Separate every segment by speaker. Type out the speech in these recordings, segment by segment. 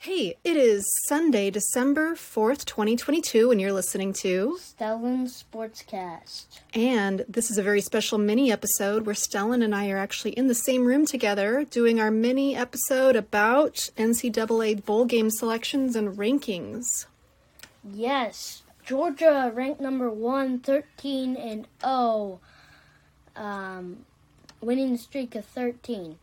Speaker 1: Hey, it is Sunday, December 4th, 2022, and you're listening to.
Speaker 2: Stellan Sportscast.
Speaker 1: And this is a very special mini episode where Stellan and I are actually in the same room together doing our mini episode about NCAA bowl game selections and rankings.
Speaker 2: Yes, Georgia ranked number one, 13 and 0. Um, winning streak of 13.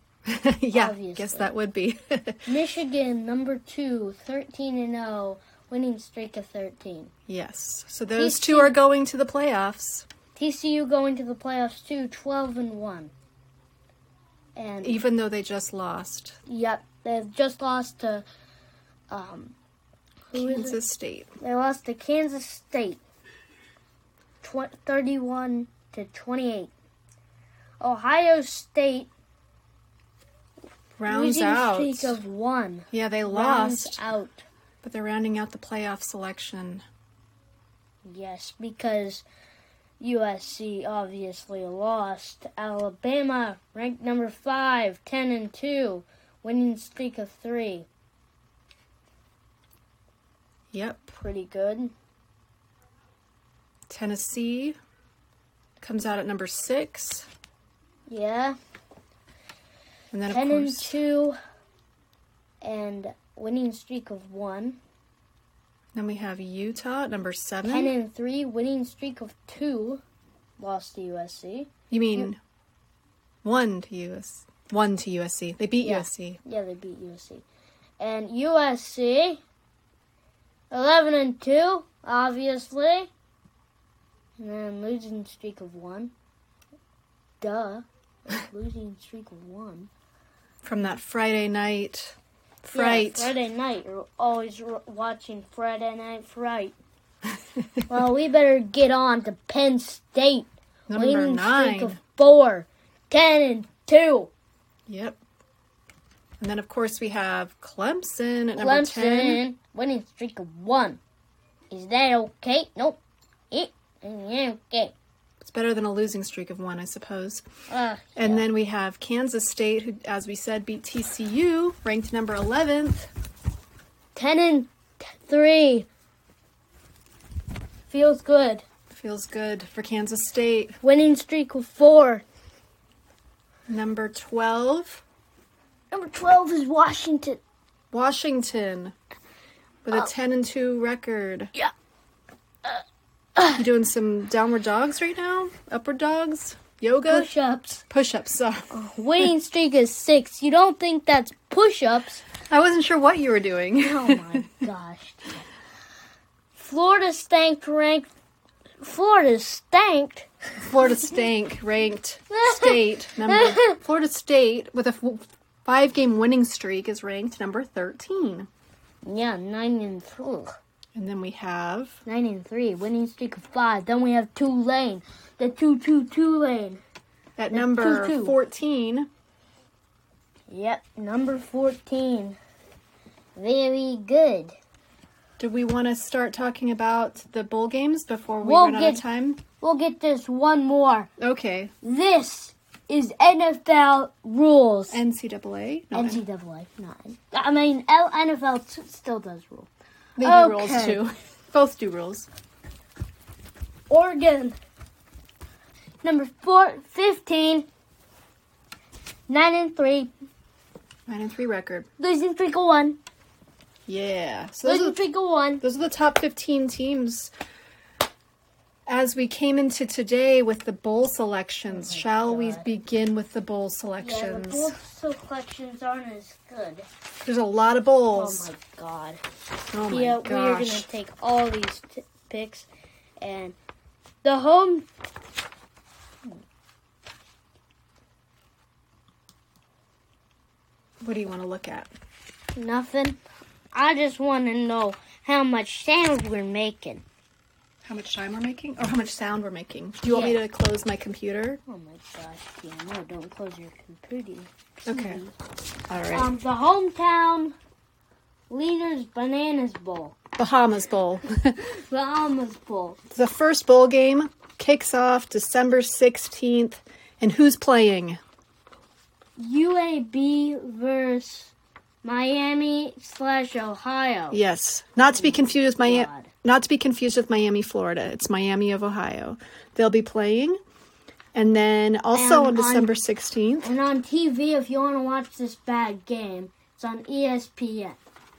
Speaker 1: yeah, guess
Speaker 2: Obviously.
Speaker 1: that would be.
Speaker 2: Michigan number two, 13 and 0. Winning streak of 13.
Speaker 1: yes. So those two are going to the playoffs,
Speaker 2: TCU going to the playoffs too, 12 and 1. And
Speaker 1: even though they just lost
Speaker 2: yep, they've just lost to um who is it?
Speaker 1: Kansas State.
Speaker 2: They lost to Kansas State, tw- 31 to 28. Ohio State
Speaker 1: Rounds
Speaker 2: losing
Speaker 1: out.
Speaker 2: streak of one.
Speaker 1: yeah, they
Speaker 2: Rounds
Speaker 1: lost,
Speaker 2: out.
Speaker 1: but they're rounding out the playoff selection.
Speaker 2: Yes, because USC obviously lost. Alabama ranked number five, 10 and two, winning streak of three.
Speaker 1: Yep.
Speaker 2: Pretty good.
Speaker 1: Tennessee comes out at number six,
Speaker 2: Yeah,
Speaker 1: and then of
Speaker 2: 10 and
Speaker 1: course
Speaker 2: two, and winning streak of one.
Speaker 1: then we have Utah at number
Speaker 2: 10
Speaker 1: seven.
Speaker 2: and 3, winning streak of 2, lost to USC.
Speaker 1: You mean one to US, one to USC. They beat
Speaker 2: Yeah.
Speaker 1: USC.
Speaker 2: Yeah, they beat USC. And USC, 11 and 2, obviously. And then losing streak of 1. Duh. Losing streak of 1.
Speaker 1: from that Friday night
Speaker 2: Yeah,
Speaker 1: fright.
Speaker 2: Friday night. You're always r- watching Friday Night Fright. well, we better get on to Penn State.
Speaker 1: Number
Speaker 2: winning streak
Speaker 1: nine.
Speaker 2: of 4, 10 and 2.
Speaker 1: Yep. And then, of course, we have Clemson at number 10.
Speaker 2: Clemson winning streak of one. Is that okay? Nope. It ain't okay.
Speaker 1: It's better than a losing streak of one, I suppose.
Speaker 2: Uh,
Speaker 1: And then we have Kansas State, who, as we said, beat TCU, ranked number 11th.
Speaker 2: ten and t- three. Feels good.
Speaker 1: Feels good for Kansas State.
Speaker 2: Winning streak of four.
Speaker 1: Number 12,
Speaker 2: Number twelve is Washington.
Speaker 1: Washington, with
Speaker 2: Oh.
Speaker 1: a 10 and 2 record.
Speaker 2: Yeah.
Speaker 1: You doing some downward dogs right now? Upward dogs? Yoga?
Speaker 2: Push-ups.
Speaker 1: Push ups. Sorry.
Speaker 2: Oh. Winning streak is six. You don't think that's push-ups?
Speaker 1: I wasn't sure what you were doing.
Speaker 2: Oh my gosh. Florida stank ranked. Florida stanked.
Speaker 1: Florida Stank ranked state number. Florida State with a f- five game winning streak is ranked number 13.
Speaker 2: Yeah, nine and three.
Speaker 1: And then we have
Speaker 2: Nine and three, winning streak of five. Then we have Tulane, the two two two lane.
Speaker 1: at number
Speaker 2: two, two.
Speaker 1: 14,
Speaker 2: Yep, number fourteen. Very good.
Speaker 1: did we want to start talking about the bowl games before we
Speaker 2: We'll
Speaker 1: run out of
Speaker 2: get-
Speaker 1: time?
Speaker 2: We'll get this one more.
Speaker 1: Okay.
Speaker 2: This is NFL rules.
Speaker 1: NCAA? No,
Speaker 2: NCAA nine. I mean, L- NFL t- still does rule.
Speaker 1: they do rules
Speaker 2: Okay.
Speaker 1: too. Both do rules.
Speaker 2: Oregon. Number four, 15, 9 and 3,
Speaker 1: Nine and three record.
Speaker 2: losing streak of 1,
Speaker 1: Yeah. So those are
Speaker 2: losing streak of 1.
Speaker 1: Those are the top 15 teams. As we came into today with the bowl selections, shall we begin with the bowl Oh
Speaker 2: Yeah,
Speaker 1: selections?
Speaker 2: the bowl selections aren't as good.
Speaker 1: There's a lot of
Speaker 2: Oh
Speaker 1: bowls.
Speaker 2: my god.
Speaker 1: Oh my,
Speaker 2: yeah, we are gonna
Speaker 1: gosh.
Speaker 2: take all these t- picks, and the home.
Speaker 1: What do you want to look at?
Speaker 2: Nothing. I just want to know how much sound we're making.
Speaker 1: How much time we're making? Or how much sound we're making? Do you want me
Speaker 2: Yeah.
Speaker 1: to close my computer?
Speaker 2: Oh my gosh, yeah, no, don't close your computer.
Speaker 1: Okay. All right.
Speaker 2: Um, the hometown leaders bananas bowl,
Speaker 1: Bahamas Bowl.
Speaker 2: Bahamas bowl.
Speaker 1: the first bowl game kicks off December 16th. And who's playing?
Speaker 2: UAB versus Miami slash Ohio.
Speaker 1: Yes, not to be confused with Miami.
Speaker 2: God.
Speaker 1: Not to be confused with Miami, Florida. It's Miami of Ohio. They'll be playing, and then also
Speaker 2: And
Speaker 1: on
Speaker 2: on-
Speaker 1: December sixteenth.
Speaker 2: And on TV, if you want to watch this bad game, it's on E ESPN.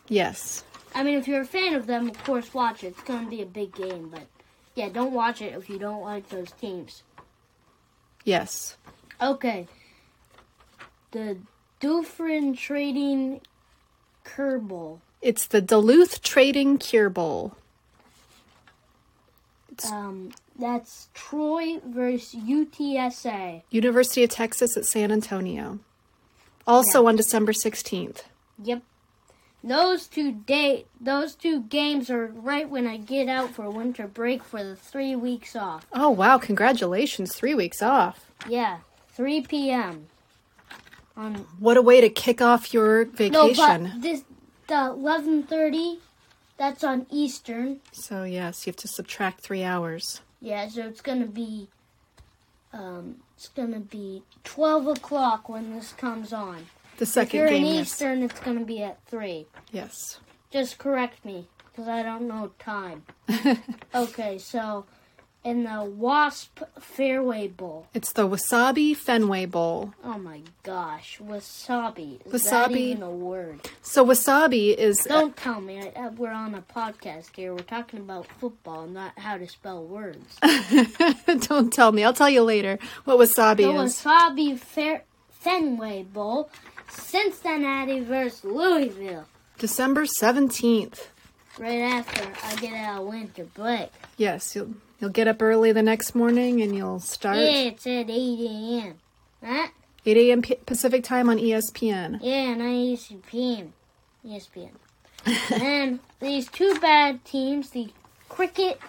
Speaker 1: Yes,
Speaker 2: I mean, if you're a fan of them, of course, watch it. It's going to be a big game, but yeah, don't watch it if you don't like those teams.
Speaker 1: yes,
Speaker 2: Okay. The Dufrin Trading Kerbal.
Speaker 1: it's the Duluth Trading Cure Bowl.
Speaker 2: Um, that's Troy versus UTSA.
Speaker 1: University of Texas at San Antonio. Also on December 16th.
Speaker 2: Yep. Those two date those two games are right when I get out for winter break for the three weeks off.
Speaker 1: Oh, wow. Congratulations. Three weeks off.
Speaker 2: Yeah, three p.m. on
Speaker 1: What a way to kick off your
Speaker 2: no,
Speaker 1: vacation.
Speaker 2: but this the eleven thirty. That's on Eastern.
Speaker 1: So, yes, you have to subtract three hours.
Speaker 2: Yeah, so it's gonna be um it's gonna be twelve o'clock when this comes on.
Speaker 1: The
Speaker 2: If
Speaker 1: second
Speaker 2: you're in
Speaker 1: game, yes.
Speaker 2: Eastern, it's gonna be at three.
Speaker 1: yes.
Speaker 2: Just correct me, because I don't know time. okay, so in the Wasp Fairway Bowl.
Speaker 1: It's the Wasabi Fenway Bowl.
Speaker 2: Oh my gosh, wasabi. Is that
Speaker 1: Wasabi.
Speaker 2: even a word?
Speaker 1: So, wasabi is.
Speaker 2: Don't tell me. I, I- we're on a podcast here. We're talking about football, not how to spell words.
Speaker 1: Don't tell me. I'll tell you later what
Speaker 2: the
Speaker 1: wasabi is.
Speaker 2: Wasabi Fair- Fenway Bowl, Cincinnati versus Louisville.
Speaker 1: December 17th.
Speaker 2: Right after I get out of winter break.
Speaker 1: Yes, you'll, you'll get up early the next morning and you'll start
Speaker 2: Yeah, it's at 8 a.m. Huh?
Speaker 1: 8 a.m. P- Pacific time on E ESPN.
Speaker 2: Yeah, and I ESPN. ESPN. and these two bad teams, the Cricket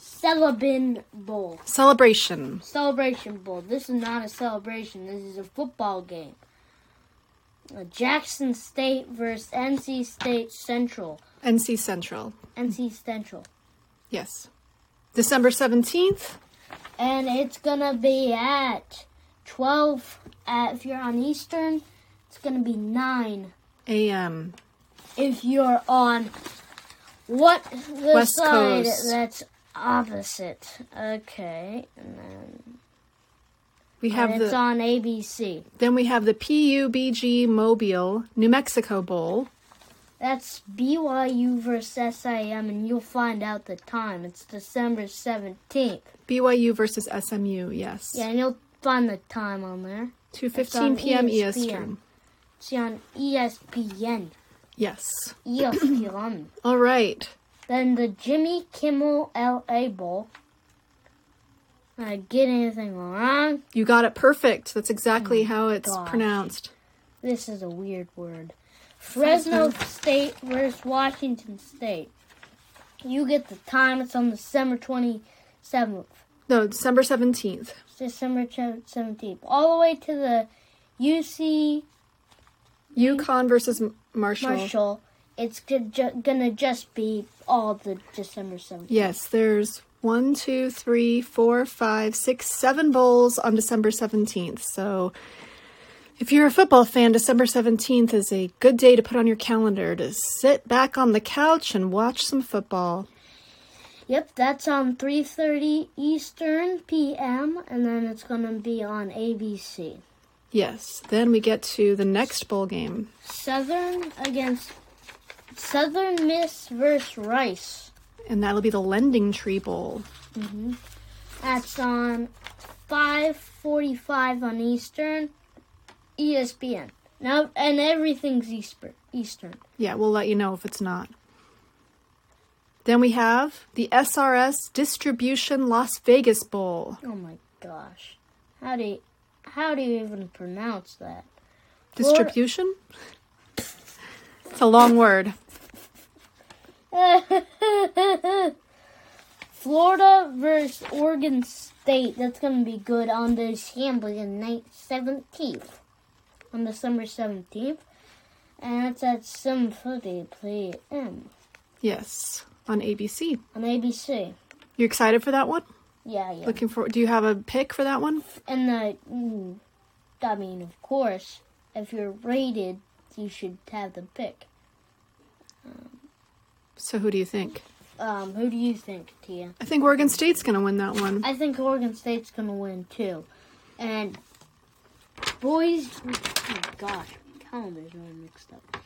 Speaker 2: Celebin Bowl.
Speaker 1: Celebration.
Speaker 2: Celebration Bowl. This is not a celebration. This is a football game. Uh, Jackson State versus NC State Central.
Speaker 1: NC Central.
Speaker 2: NC Central.
Speaker 1: Yes. December 17th.
Speaker 2: And it's gonna be at 12. At, if you're on Eastern, it's gonna be 9.
Speaker 1: AM.
Speaker 2: If you're on what the
Speaker 1: West
Speaker 2: side
Speaker 1: Coast.
Speaker 2: that's opposite. Okay, and then
Speaker 1: We have
Speaker 2: and it's
Speaker 1: the
Speaker 2: on ABC.
Speaker 1: then we have the PUBG Mobile New Mexico Bowl.
Speaker 2: That's BYU versus SIM, and you'll find out the time. It's December 17th.
Speaker 1: BYU versus SMU. Yes.
Speaker 2: Yeah, and you'll find the time on there. It's
Speaker 1: 2:15
Speaker 2: on
Speaker 1: p.m. ESPN.
Speaker 2: ESPN. See on E ESPN.
Speaker 1: Yes.
Speaker 2: E ESPN.
Speaker 1: All right.
Speaker 2: then the Jimmy Kimmel LA Bowl. Did I get anything wrong?
Speaker 1: You got it perfect. That's exactly how it's
Speaker 2: Oh gosh.
Speaker 1: pronounced.
Speaker 2: This is a weird word. Fresno State versus Washington State. You get the time. It's on December 27th.
Speaker 1: No, December 17th.
Speaker 2: December seventeenth, all the way to the UC
Speaker 1: Yukon versus M- Marshall.
Speaker 2: Marshall. It's go- ju- gonna just be all the December seventeenth.
Speaker 1: Yes, there's one, two, three, four, five, six, seven bowls on December 17th. So if you're a football fan, December 17th is a good day to put on your calendar to sit back on the couch and watch some football.
Speaker 2: Yep, that's on three thirty Eastern PM, and then it's gonna be on ABC.
Speaker 1: Yes, then we get to the next bowl game.
Speaker 2: Southern against Southern Miss versus Rice.
Speaker 1: And that'll be the Lending Tree Bowl.
Speaker 2: That's on five forty-five on Eastern, E ESPN. Now, and everything's Eastern. Eastern.
Speaker 1: Yeah, we'll let you know if it's not. Then we have the SRS Distribution Las Vegas Bowl.
Speaker 2: Oh my gosh. How do you, how do you even pronounce that?
Speaker 1: Distribution? It's a long word.
Speaker 2: Florida versus Oregon State. That's going to be good on the Chamberlain night 17th. On December 17th. And it's at 7.30 p.m.
Speaker 1: Yes, on ABC.
Speaker 2: on ABC.
Speaker 1: You excited for that one?
Speaker 2: Yeah, yeah.
Speaker 1: Looking for? Do you have a pick for that one?
Speaker 2: And the, mm, I mean, of course, if you're rated you should have them pick.
Speaker 1: So who do you think?
Speaker 2: Um, who do you think, Tia?
Speaker 1: I think Oregon State's going to win that one.
Speaker 2: I think Oregon State's gonna win too. And boys, oh gosh, my calendar's really mixed up.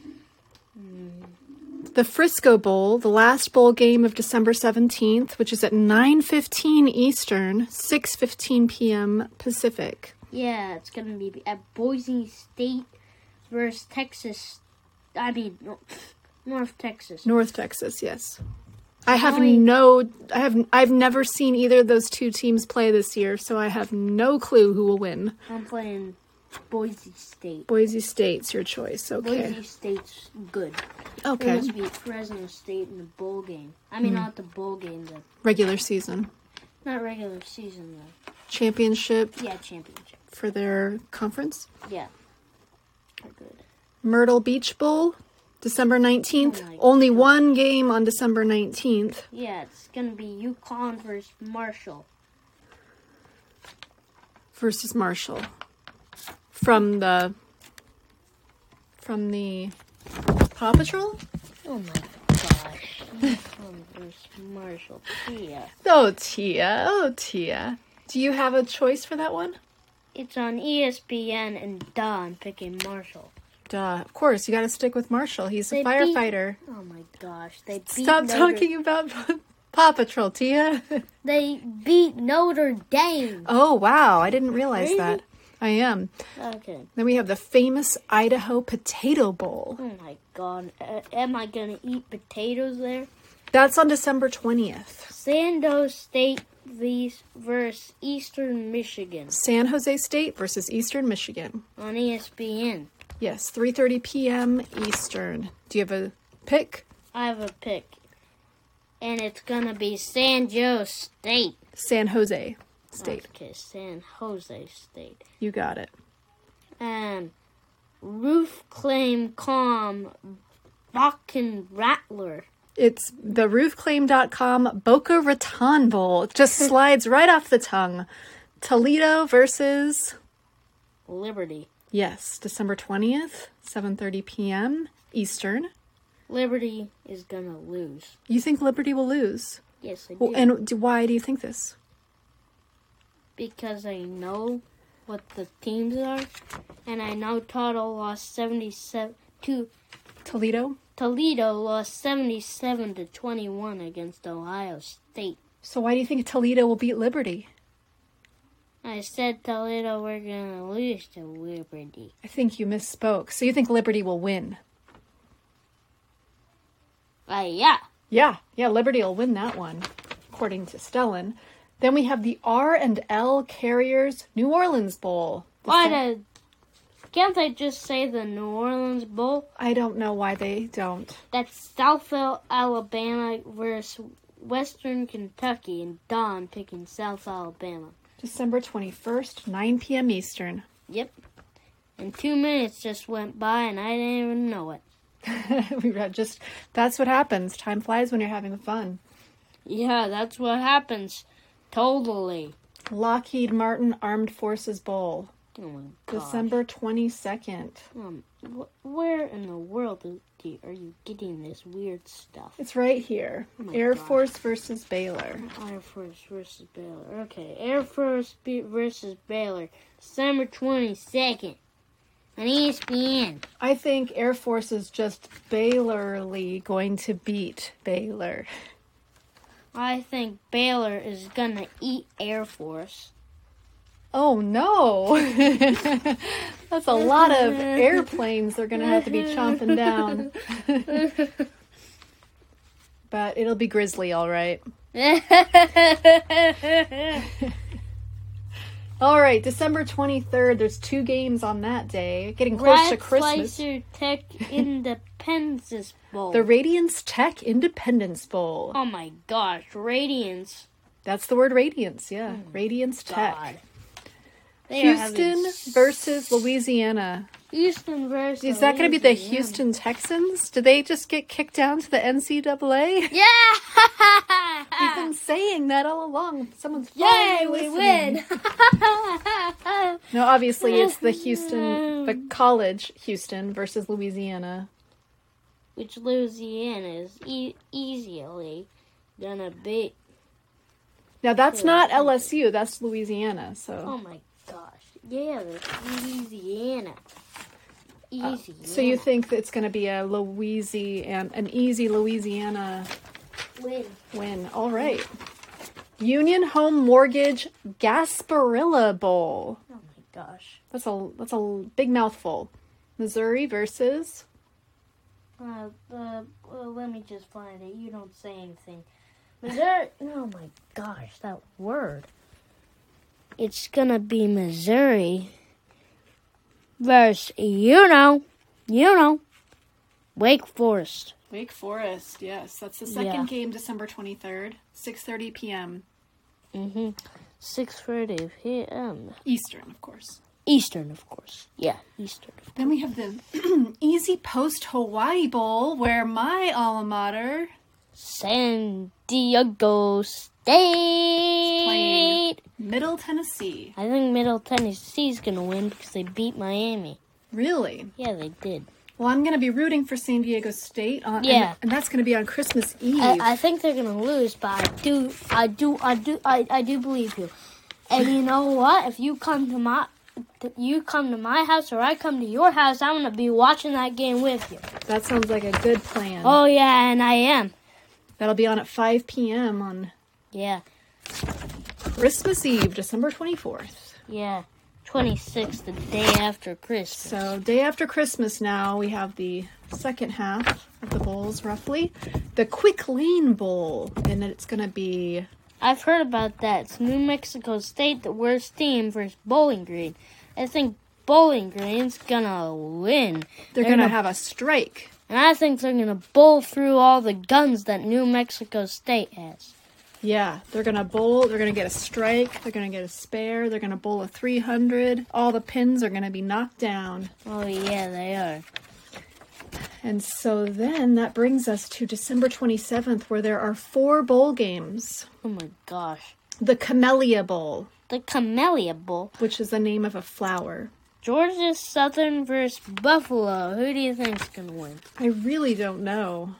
Speaker 1: The Frisco Bowl, the last bowl game of December 17th, which is at 9:15 Eastern, 6:15 p.m. Pacific.
Speaker 2: Yeah, it's gonna be at Boise State versus Texas. I mean, no- North Texas.
Speaker 1: North Texas, yes. I have
Speaker 2: Kelly-
Speaker 1: no I have I've never seen either of those two teams play this year, so I have no clue who will win.
Speaker 2: I'm playing Boise State.
Speaker 1: Boise State's your choice. Okay.
Speaker 2: Boise State's good. They
Speaker 1: Okay. Hmm.
Speaker 2: must be Fresno State in the bowl game. I mean, not the bowl game, the
Speaker 1: Regular season
Speaker 2: not regular season though.
Speaker 1: championship
Speaker 2: Yeah, championship.
Speaker 1: for their conference.
Speaker 2: Yeah, they're good.
Speaker 1: Myrtle Beach Bowl, December 19th.
Speaker 2: Oh my
Speaker 1: Only one game on December 19th.
Speaker 2: Yeah, it's gonna be UConn versus Marshall.
Speaker 1: versus Marshall from the from the Paw Patrol.
Speaker 2: Oh my gosh. UConn versus Marshall. Yeah.
Speaker 1: Oh Tia, oh Tia. Do you have a choice for that one?
Speaker 2: It's on E ESPN and duh, I'm picking Marshall.
Speaker 1: Duh, of course you got to stick with Marshall. He's a
Speaker 2: They beat-
Speaker 1: firefighter.
Speaker 2: Oh my gosh. They beat
Speaker 1: Stop
Speaker 2: Notre-
Speaker 1: talking about Paw Patrol, Tia.
Speaker 2: They beat Notre Dame.
Speaker 1: oh wow, I didn't realize
Speaker 2: Really?
Speaker 1: that. I am.
Speaker 2: Okay.
Speaker 1: Then we have the famous Idaho Potato Bowl.
Speaker 2: Oh my god. A- am I gonna eat potatoes there?
Speaker 1: That's on December 20th.
Speaker 2: Sandoz State vs- versus Eastern Michigan
Speaker 1: San Jose State versus Eastern Michigan.
Speaker 2: on E ESPN.
Speaker 1: Yes, 3:30 p.m. Eastern. Do you have a pick?
Speaker 2: I have a pick. And it's gonna be San Jose State.
Speaker 1: San Jose State.
Speaker 2: Okay, San Jose State.
Speaker 1: You got it.
Speaker 2: And Roof Claim Calm Bakken Rattler.
Speaker 1: It's the roofclaim.com Boca Raton Bowl. It just slides right off the tongue. Toledo versus
Speaker 2: Liberty.
Speaker 1: yes, December 20th, 7:30 p.m. Eastern.
Speaker 2: Liberty is gonna lose.
Speaker 1: You think Liberty will lose?
Speaker 2: Yes, I do.
Speaker 1: Well, and d- why do you think this?
Speaker 2: because I know what the teams are. And I know Toledo lost 77 to
Speaker 1: Toledo.
Speaker 2: Toledo lost 77 to 21 against Ohio State.
Speaker 1: So why do you think Toledo will beat Liberty?
Speaker 2: I said Toledo we're gonna lose to Liberty.
Speaker 1: I think you misspoke. So you think Liberty will win?
Speaker 2: Uh, yeah.
Speaker 1: Yeah, yeah, Liberty will win that one, according to Stellan. Then we have the R and L Carriers New Orleans Bowl. The
Speaker 2: Why
Speaker 1: Sa-
Speaker 2: the can't they just say the New Orleans Bowl?
Speaker 1: I don't know why they don't.
Speaker 2: That's Southfield, Alabama versus Western Kentucky, and Don picking South Alabama.
Speaker 1: December twenty first, nine p.m. Eastern.
Speaker 2: Yep. And two minutes just went by, and I didn't even know it.
Speaker 1: we read just that's what happens. Time flies when you're having fun.
Speaker 2: Yeah, that's what happens. Totally.
Speaker 1: Lockheed Martin Armed Forces Bowl,
Speaker 2: Oh my god.
Speaker 1: December twenty second.
Speaker 2: Um, wh- where in the world is- do you- are you getting this weird stuff?
Speaker 1: It's right here.
Speaker 2: Oh my
Speaker 1: Air
Speaker 2: gosh.
Speaker 1: Force versus Baylor.
Speaker 2: Air Force versus Baylor. Okay, Air Force be- versus Baylor, December 22nd on E ESPN.
Speaker 1: I think Air Force is just Baylorly going to beat Baylor.
Speaker 2: I think Baylor is gonna eat Air Force.
Speaker 1: Oh no! That's a lot of airplanes they're going to have to be chomping down. but it'll be Grizzly, all right. All right, December 23rd, there's two games on that day. Getting close to
Speaker 2: Brad
Speaker 1: Christmas.
Speaker 2: Slicer Tech Independence Bowl.
Speaker 1: The Radiance Tech Independence Bowl.
Speaker 2: oh my gosh, Radiance.
Speaker 1: That's the word radiance, yeah. Radiance Tech.
Speaker 2: God. Hmm. They are having
Speaker 1: Houston versus Louisiana.
Speaker 2: Houston versus.
Speaker 1: Is that going to be the
Speaker 2: Louisiana.
Speaker 1: Houston Texans? Did they just get kicked down to the NCAA? We've
Speaker 2: Yeah!
Speaker 1: been saying that all along. Someone's
Speaker 2: Yay,
Speaker 1: finally
Speaker 2: we
Speaker 1: listening.
Speaker 2: win!
Speaker 1: No, obviously it's the Houston, the college Houston versus Louisiana.
Speaker 2: Which Louisiana is e- easily gonna beat.
Speaker 1: Now that's not LSU, that's Louisiana.
Speaker 2: Oh
Speaker 1: So,
Speaker 2: my gosh. Yeah, that's Louisiana. Easy.
Speaker 1: Uh, so you think that it's going to be a Louisiana, an easy Louisiana
Speaker 2: win.
Speaker 1: win? All right. Union Home Mortgage Gasparilla Bowl.
Speaker 2: Oh my gosh.
Speaker 1: That's a that's a big mouthful. Missouri versus
Speaker 2: Uh, uh, well, let me just find it. You don't say anything. Missouri. Oh my gosh, that word. It's gonna be Missouri versus you know, you know, Wake Forest.
Speaker 1: Wake Forest. Yes, that's the
Speaker 2: Yeah.
Speaker 1: second game, December twenty third, six thirty p.m.
Speaker 2: Mm-hmm. Six thirty p.m.
Speaker 1: Eastern, of course.
Speaker 2: Eastern, of course. Yeah, Eastern.
Speaker 1: Then we have the Easy Post Hawaii Bowl, where my alma mater.
Speaker 2: San Diego State.
Speaker 1: Middle Tennessee.
Speaker 2: I think Middle Tennessee's gonna win because they beat Miami.
Speaker 1: Really?
Speaker 2: Yeah, they did.
Speaker 1: Well, I'm going to be rooting for San Diego State. On, and-
Speaker 2: Yeah. Uh,
Speaker 1: And, that's going to be on Christmas Eve.
Speaker 2: I, I think they're gonna lose, but I do, I do, I do, I, I do believe you. And you know what? If you come to my, you come to my house or I come to your house, I'm gonna be watching that game with you.
Speaker 1: that sounds like a good plan.
Speaker 2: Oh yeah, and I am.
Speaker 1: That'll be on at 5 p.m. on
Speaker 2: Yeah,
Speaker 1: Christmas Eve, December 24th.
Speaker 2: yeah. Twenty sixth, the day after Christmas.
Speaker 1: So, day after Christmas now, we have the second half of the bowls, roughly. The Quick Lane Bowl, and it's going to be
Speaker 2: I've heard about that. It's New Mexico State, the worst team, versus Bowling Green. I think Bowling Green's gonna win.
Speaker 1: they're going to have a strike.
Speaker 2: And I think they're gonna bowl through all the guns that New Mexico State has.
Speaker 1: Yeah, they're gonna bowl. They're gonna get a strike. They're gonna get a spare. They're gonna bowl a 300. All the pins are gonna be knocked down.
Speaker 2: Oh yeah, they are.
Speaker 1: And so then that brings us to December 27th, where there are four bowl games.
Speaker 2: Oh my gosh.
Speaker 1: The Camellia Bowl,
Speaker 2: The Camellia Bowl.
Speaker 1: which is the name of a flower.
Speaker 2: Georgia Southern versus Buffalo. Who do you think's gonna win?
Speaker 1: I really don't know.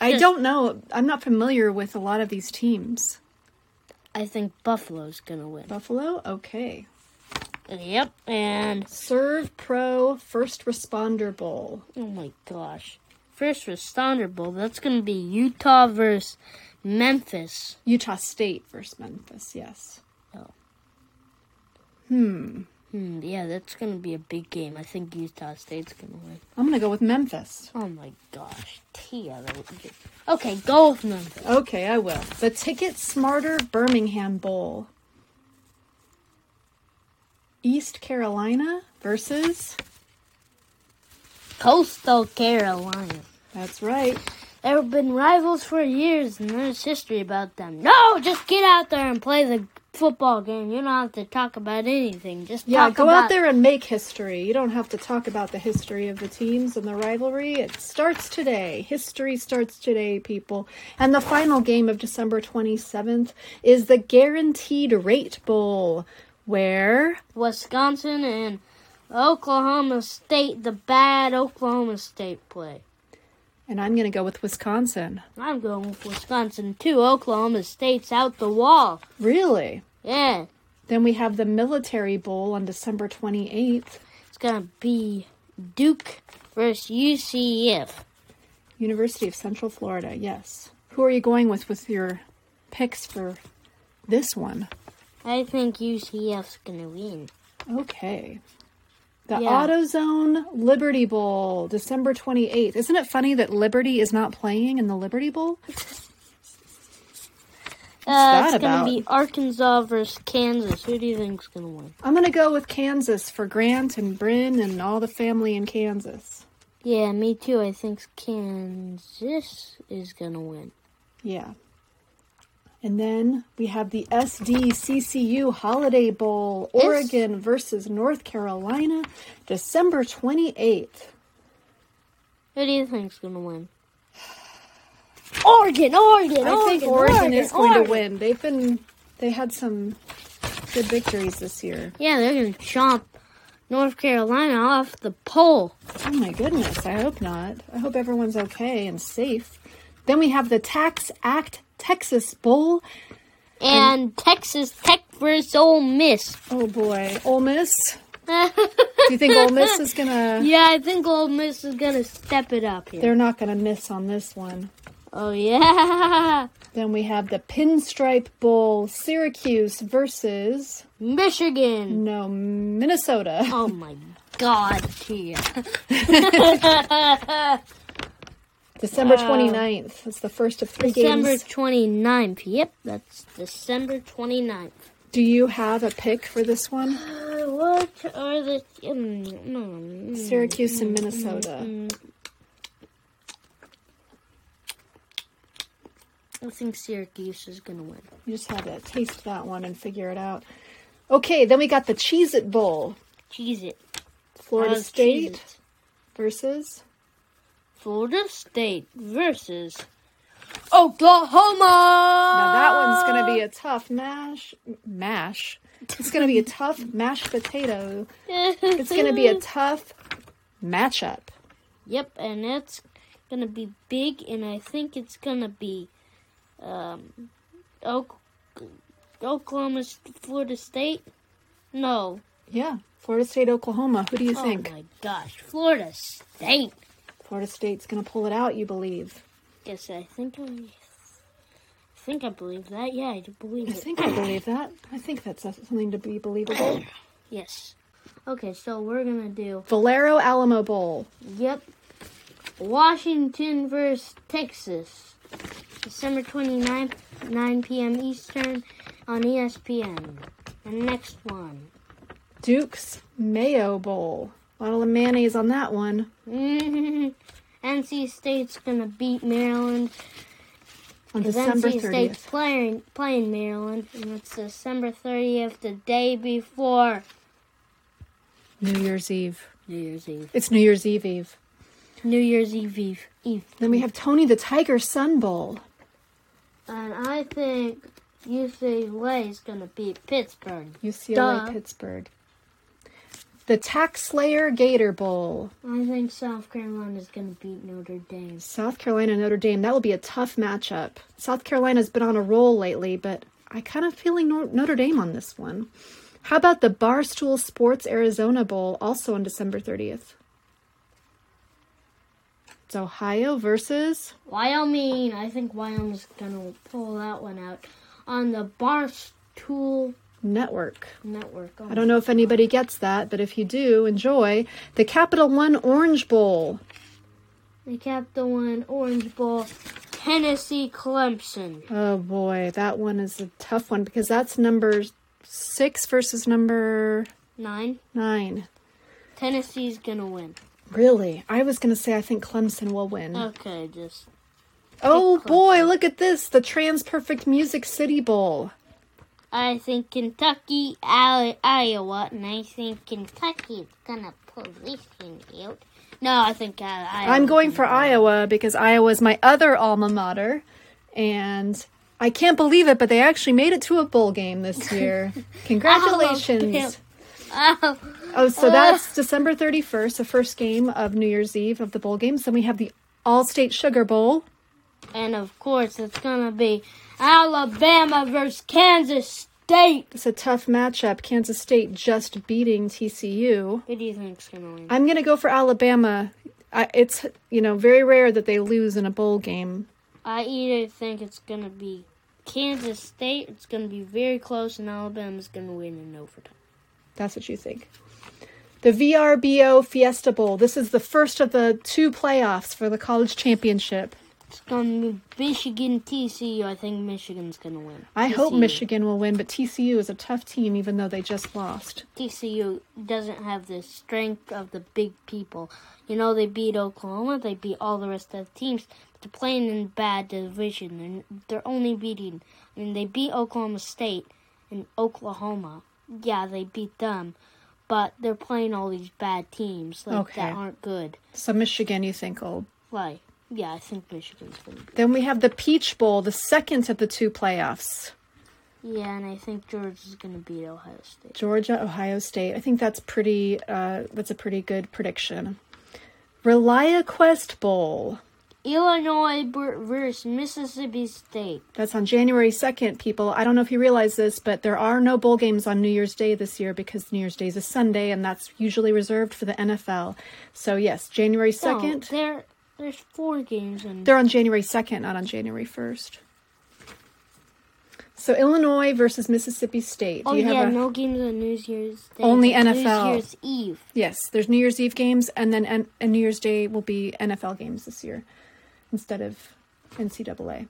Speaker 1: I
Speaker 2: Just-
Speaker 1: don't know. I'm not familiar with a lot of these teams.
Speaker 2: I think Buffalo's gonna win.
Speaker 1: Buffalo? Okay.
Speaker 2: Yep, and
Speaker 1: Serve Pro First Responder Bowl.
Speaker 2: oh my gosh. First responder bowl, that's gonna be Utah versus Memphis.
Speaker 1: Utah State versus Memphis, yes.
Speaker 2: Hmm, yeah, that's gonna be a big game. I think Utah State's gonna win.
Speaker 1: I'm gonna go with Memphis.
Speaker 2: Oh my gosh, Tia. that would be- Okay, go with Memphis.
Speaker 1: Okay, I will. The Ticket Smarter Birmingham Bowl. East Carolina versus.
Speaker 2: Coastal Carolina.
Speaker 1: That's right.
Speaker 2: They've been rivals for years, and there's history about them. No, just get out there and play the football game. You don't have to talk about anything. Just
Speaker 1: Yeah,
Speaker 2: talk
Speaker 1: go
Speaker 2: about
Speaker 1: out there and make history. You don't have to talk about the history of the teams and the rivalry. It starts today. History starts today, people. And the final game of December 27th is the Guaranteed Rate Bowl, where.
Speaker 2: Wisconsin and Oklahoma State, the bad Oklahoma State play.
Speaker 1: And I'm gonna go with Wisconsin.
Speaker 2: I'm going with Wisconsin too. Oklahoma State's out the wall.
Speaker 1: Really?
Speaker 2: Yeah,
Speaker 1: Then we have the Military Bowl on December 28th,
Speaker 2: it's gonna be Duke versus UCF.
Speaker 1: University of Central Florida. Yes. Who are you going with with your picks for this one?
Speaker 2: I think UCF's gonna win.
Speaker 1: Okay. The
Speaker 2: Yeah.
Speaker 1: AutoZone Liberty Bowl, December 28th. Isn't it funny that Liberty is not playing in the Liberty Bowl?
Speaker 2: Uh,
Speaker 1: that
Speaker 2: it's gonna
Speaker 1: about?
Speaker 2: be Arkansas versus Kansas. Who do you think's gonna win?
Speaker 1: I'm going to go with Kansas for Grant and Bryn and all the family in Kansas.
Speaker 2: Yeah, me too. I think Kansas is gonna win.
Speaker 1: Yeah. And then we have the SDCCU Holiday Bowl, Oregon versus North Carolina, December 28th.
Speaker 2: Who do you think's gonna win? Oregon, Oregon,
Speaker 1: I think Oregon, is going to win. They've been they had some good victories this year.
Speaker 2: Yeah, they're gonna chomp North Carolina off the pole.
Speaker 1: Oh my goodness, I hope not. I hope everyone's okay and safe. Then we have the Tax Act Texas Bowl.
Speaker 2: And Texas Tech versus Ole Miss.
Speaker 1: Oh boy, Ole Miss.
Speaker 2: yeah,
Speaker 1: Do you think Ole Miss is gonna?
Speaker 2: I think Ole Miss is gonna step it up here.
Speaker 1: They're not gonna miss on this one.
Speaker 2: Oh yeah,
Speaker 1: Then we have the Pinstripe Bowl, Syracuse versus
Speaker 2: Michigan.
Speaker 1: no Minnesota.
Speaker 2: Oh my God, Tia.
Speaker 1: December 29th. It's the first of three
Speaker 2: December
Speaker 1: games.
Speaker 2: 29th. Yep, that's December 29th.
Speaker 1: Do you have a pick for this one?
Speaker 2: Uh, what are the mm, mm, mm,
Speaker 1: Syracuse and Minnesota.
Speaker 2: mm. I think Syracuse is gonna win.
Speaker 1: You just had to taste that one and figure it out. Okay, then we got the Cheez It Bowl,
Speaker 2: Cheese it. Uh,
Speaker 1: Florida
Speaker 2: Love
Speaker 1: State
Speaker 2: Cheez-Its.
Speaker 1: versus.
Speaker 2: Florida State versus Oklahoma.
Speaker 1: Now that one's going to be a tough mash. Mash. It's going to be a tough mashed potato. It's going to be a tough matchup.
Speaker 2: yep, and it's gonna be big, and I think it's gonna be um, ok- Oklahoma, S- Florida State. No,
Speaker 1: Yeah, Florida State, Oklahoma. Who do you
Speaker 2: oh
Speaker 1: think?
Speaker 2: my gosh, Florida State.
Speaker 1: Florida State's going to pull it out, you believe?
Speaker 2: Yes, I think I, I think I believe that. Yeah, I do believe
Speaker 1: I
Speaker 2: it.
Speaker 1: think I believe that. I think that's something to be believable.
Speaker 2: Yes. Okay, so we're gonna do.
Speaker 1: Valero Alamo Bowl.
Speaker 2: Yep. Washington versus Texas. December 29th, 9 p.m. Eastern on E ESPN. The next one.
Speaker 1: Duke's Mayo Bowl. A lot of mayonnaise on that one.
Speaker 2: NC State's gonna beat Maryland.
Speaker 1: On
Speaker 2: 'cause
Speaker 1: December 30th.
Speaker 2: NC State's playing, playing Maryland, and it's December 30th, the day before
Speaker 1: New Year's Eve.
Speaker 2: New Year's Eve.
Speaker 1: It's New Year's Eve Eve.
Speaker 2: New Year's Eve Eve. Eve.
Speaker 1: Then we have Tony the Tiger Sun Bowl.
Speaker 2: And I think UCLA is gonna beat Pittsburgh.
Speaker 1: UCLA
Speaker 2: Duh. Pittsburgh.
Speaker 1: Pittsburgh. The Tax Slayer Gator Bowl.
Speaker 2: I think South Carolina's gonna beat Notre Dame.
Speaker 1: South Carolina Notre Dame. That will be a tough matchup. South Carolina's been on a roll lately, but I kind of feeling Nor- Notre Dame on this one. How about the Barstool Sports Arizona Bowl, also on December 30th? It's Ohio versus
Speaker 2: Wyoming, I think Wyoming's gonna pull that one out on the Barstool
Speaker 1: Network.
Speaker 2: Network. Oh,
Speaker 1: I don't know if anybody gets that, but if you do, enjoy the Capital One Orange Bowl.
Speaker 2: The Capital One Orange Bowl, Tennessee, Clemson.
Speaker 1: Oh boy, that one is a tough one because that's number six versus number
Speaker 2: Nine.
Speaker 1: nine.
Speaker 2: Tennessee's gonna win.
Speaker 1: Really? I was going to say I think Clemson will win.
Speaker 2: Okay, just
Speaker 1: oh
Speaker 2: Clemson.
Speaker 1: boy, look at this. The Trans Perfect Music City Bowl.
Speaker 2: I think Kentucky, I- Iowa, and I think Kentucky's gonna pull this thing out. No, I think uh, Iowa.
Speaker 1: I'm going for Iowa because Iowa's my other alma mater. And I can't believe it, but they actually made it to a bowl game this year. Congratulations.
Speaker 2: Oh,
Speaker 1: Oh, so that's December 31st, the first game of New Year's Eve of the bowl games. Then we have the All State Sugar Bowl.
Speaker 2: and of course it's gonna be Alabama versus Kansas State.
Speaker 1: It's a tough matchup. Kansas State just beating TCU.
Speaker 2: Who do you think's gonna win?
Speaker 1: I'm going to go for Alabama. I, it's you know very rare that they lose in a bowl game.
Speaker 2: I either think it's gonna be Kansas State. It's gonna be very close, and Alabama's gonna win in overtime.
Speaker 1: That's what you think. The VRBO Fiesta Bowl. This is the first of the two playoffs for the college championship.
Speaker 2: It's gonna be Michigan TCU. I think Michigan's gonna win.
Speaker 1: I hope
Speaker 2: TCU.
Speaker 1: Michigan will win, but TCU is a tough team, even though they just lost.
Speaker 2: TCU doesn't have the strength of the big people. You know, they beat Oklahoma, they beat all the rest of the teams, but they're playing in bad division, and they're only beating. I mean, they beat Oklahoma State and Oklahoma. Yeah, they beat them, but they're playing all these bad teams like
Speaker 1: Okay.
Speaker 2: that aren't good.
Speaker 1: So Michigan, you think will
Speaker 2: Like, yeah, I think Michigan's gonna. Be.
Speaker 1: Then we have the Peach Bowl, the second of the two playoffs.
Speaker 2: Yeah, and I think Georgia's gonna beat Ohio State.
Speaker 1: Georgia, Ohio State. I think that's pretty. Uh, that's a pretty good prediction. Relia Quest Bowl.
Speaker 2: Illinois ber- versus Mississippi State.
Speaker 1: That's on January 2nd, people. I don't know if you realize this, but there are no bowl games on New Year's Day this year because New Year's Day is a Sunday and that's usually reserved for the NFL. So, yes, January
Speaker 2: No,
Speaker 1: 2nd.
Speaker 2: there, there's four games in.
Speaker 1: They're on January 2nd, not on January 1st. So, Illinois versus Mississippi State. Do
Speaker 2: oh
Speaker 1: you have
Speaker 2: yeah,
Speaker 1: a-
Speaker 2: no games on New Year's Day.
Speaker 1: Only
Speaker 2: New
Speaker 1: NFL.
Speaker 2: Year's Eve.
Speaker 1: Yes, there's New Year's Eve games, and then N- and New Year's Day will be NFL games this year instead of NCAA.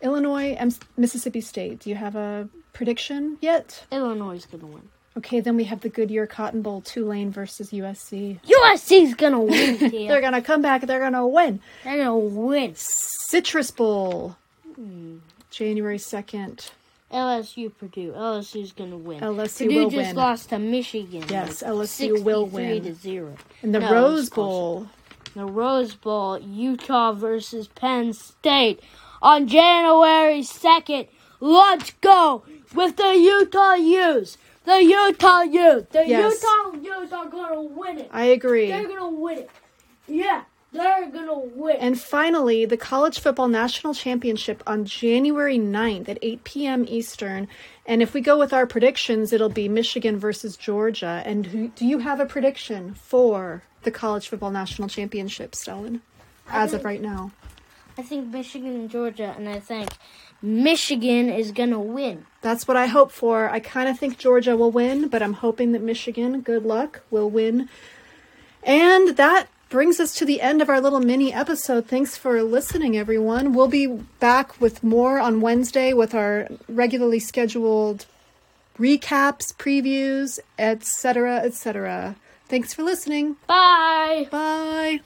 Speaker 1: Illinois and Mississippi State. Do you have a prediction yet?
Speaker 2: Illinois is gonna win.
Speaker 1: Okay, then we have the Goodyear Cotton Bowl, Tulane versus USC.
Speaker 2: USC's gonna win. Kale.
Speaker 1: They're gonna come back. They're gonna win.
Speaker 2: They're gonna win.
Speaker 1: Citrus Bowl,
Speaker 2: Hmm.
Speaker 1: January second.
Speaker 2: LSU Purdue. LSU's gonna win.
Speaker 1: LSU
Speaker 2: Purdue
Speaker 1: will
Speaker 2: just
Speaker 1: win.
Speaker 2: lost to Michigan.
Speaker 1: Yes,
Speaker 2: like,
Speaker 1: LSU will
Speaker 2: 63
Speaker 1: win.
Speaker 2: to zero.
Speaker 1: And the
Speaker 2: No, it was
Speaker 1: Rose
Speaker 2: close.
Speaker 1: Bowl.
Speaker 2: The Rose Bowl, Utah versus Penn State on January 2nd. Let's go with the Utah Utes. The Utah Utes. The
Speaker 1: Yes.
Speaker 2: Utah Utes are going to win it.
Speaker 1: I agree.
Speaker 2: They're going to win it. Yeah, they're going to win.
Speaker 1: And finally, the College Football National Championship on January 9th at 8 p.m. Eastern. And if we go with our predictions, it'll be Michigan versus Georgia. And who, do you have a prediction for the College Football National Championship, Stellan, as of right now?
Speaker 2: I think Michigan and Georgia, and I think Michigan is going to win.
Speaker 1: That's what I hope for. I kind of think Georgia will win, but I'm hoping that Michigan, good luck, will win. And that brings us to the end of our little mini episode. Thanks for listening, everyone. We'll be back with more on Wednesday with our regularly scheduled recaps, previews, etc., etc. Thanks for listening.
Speaker 2: Bye.
Speaker 1: Bye.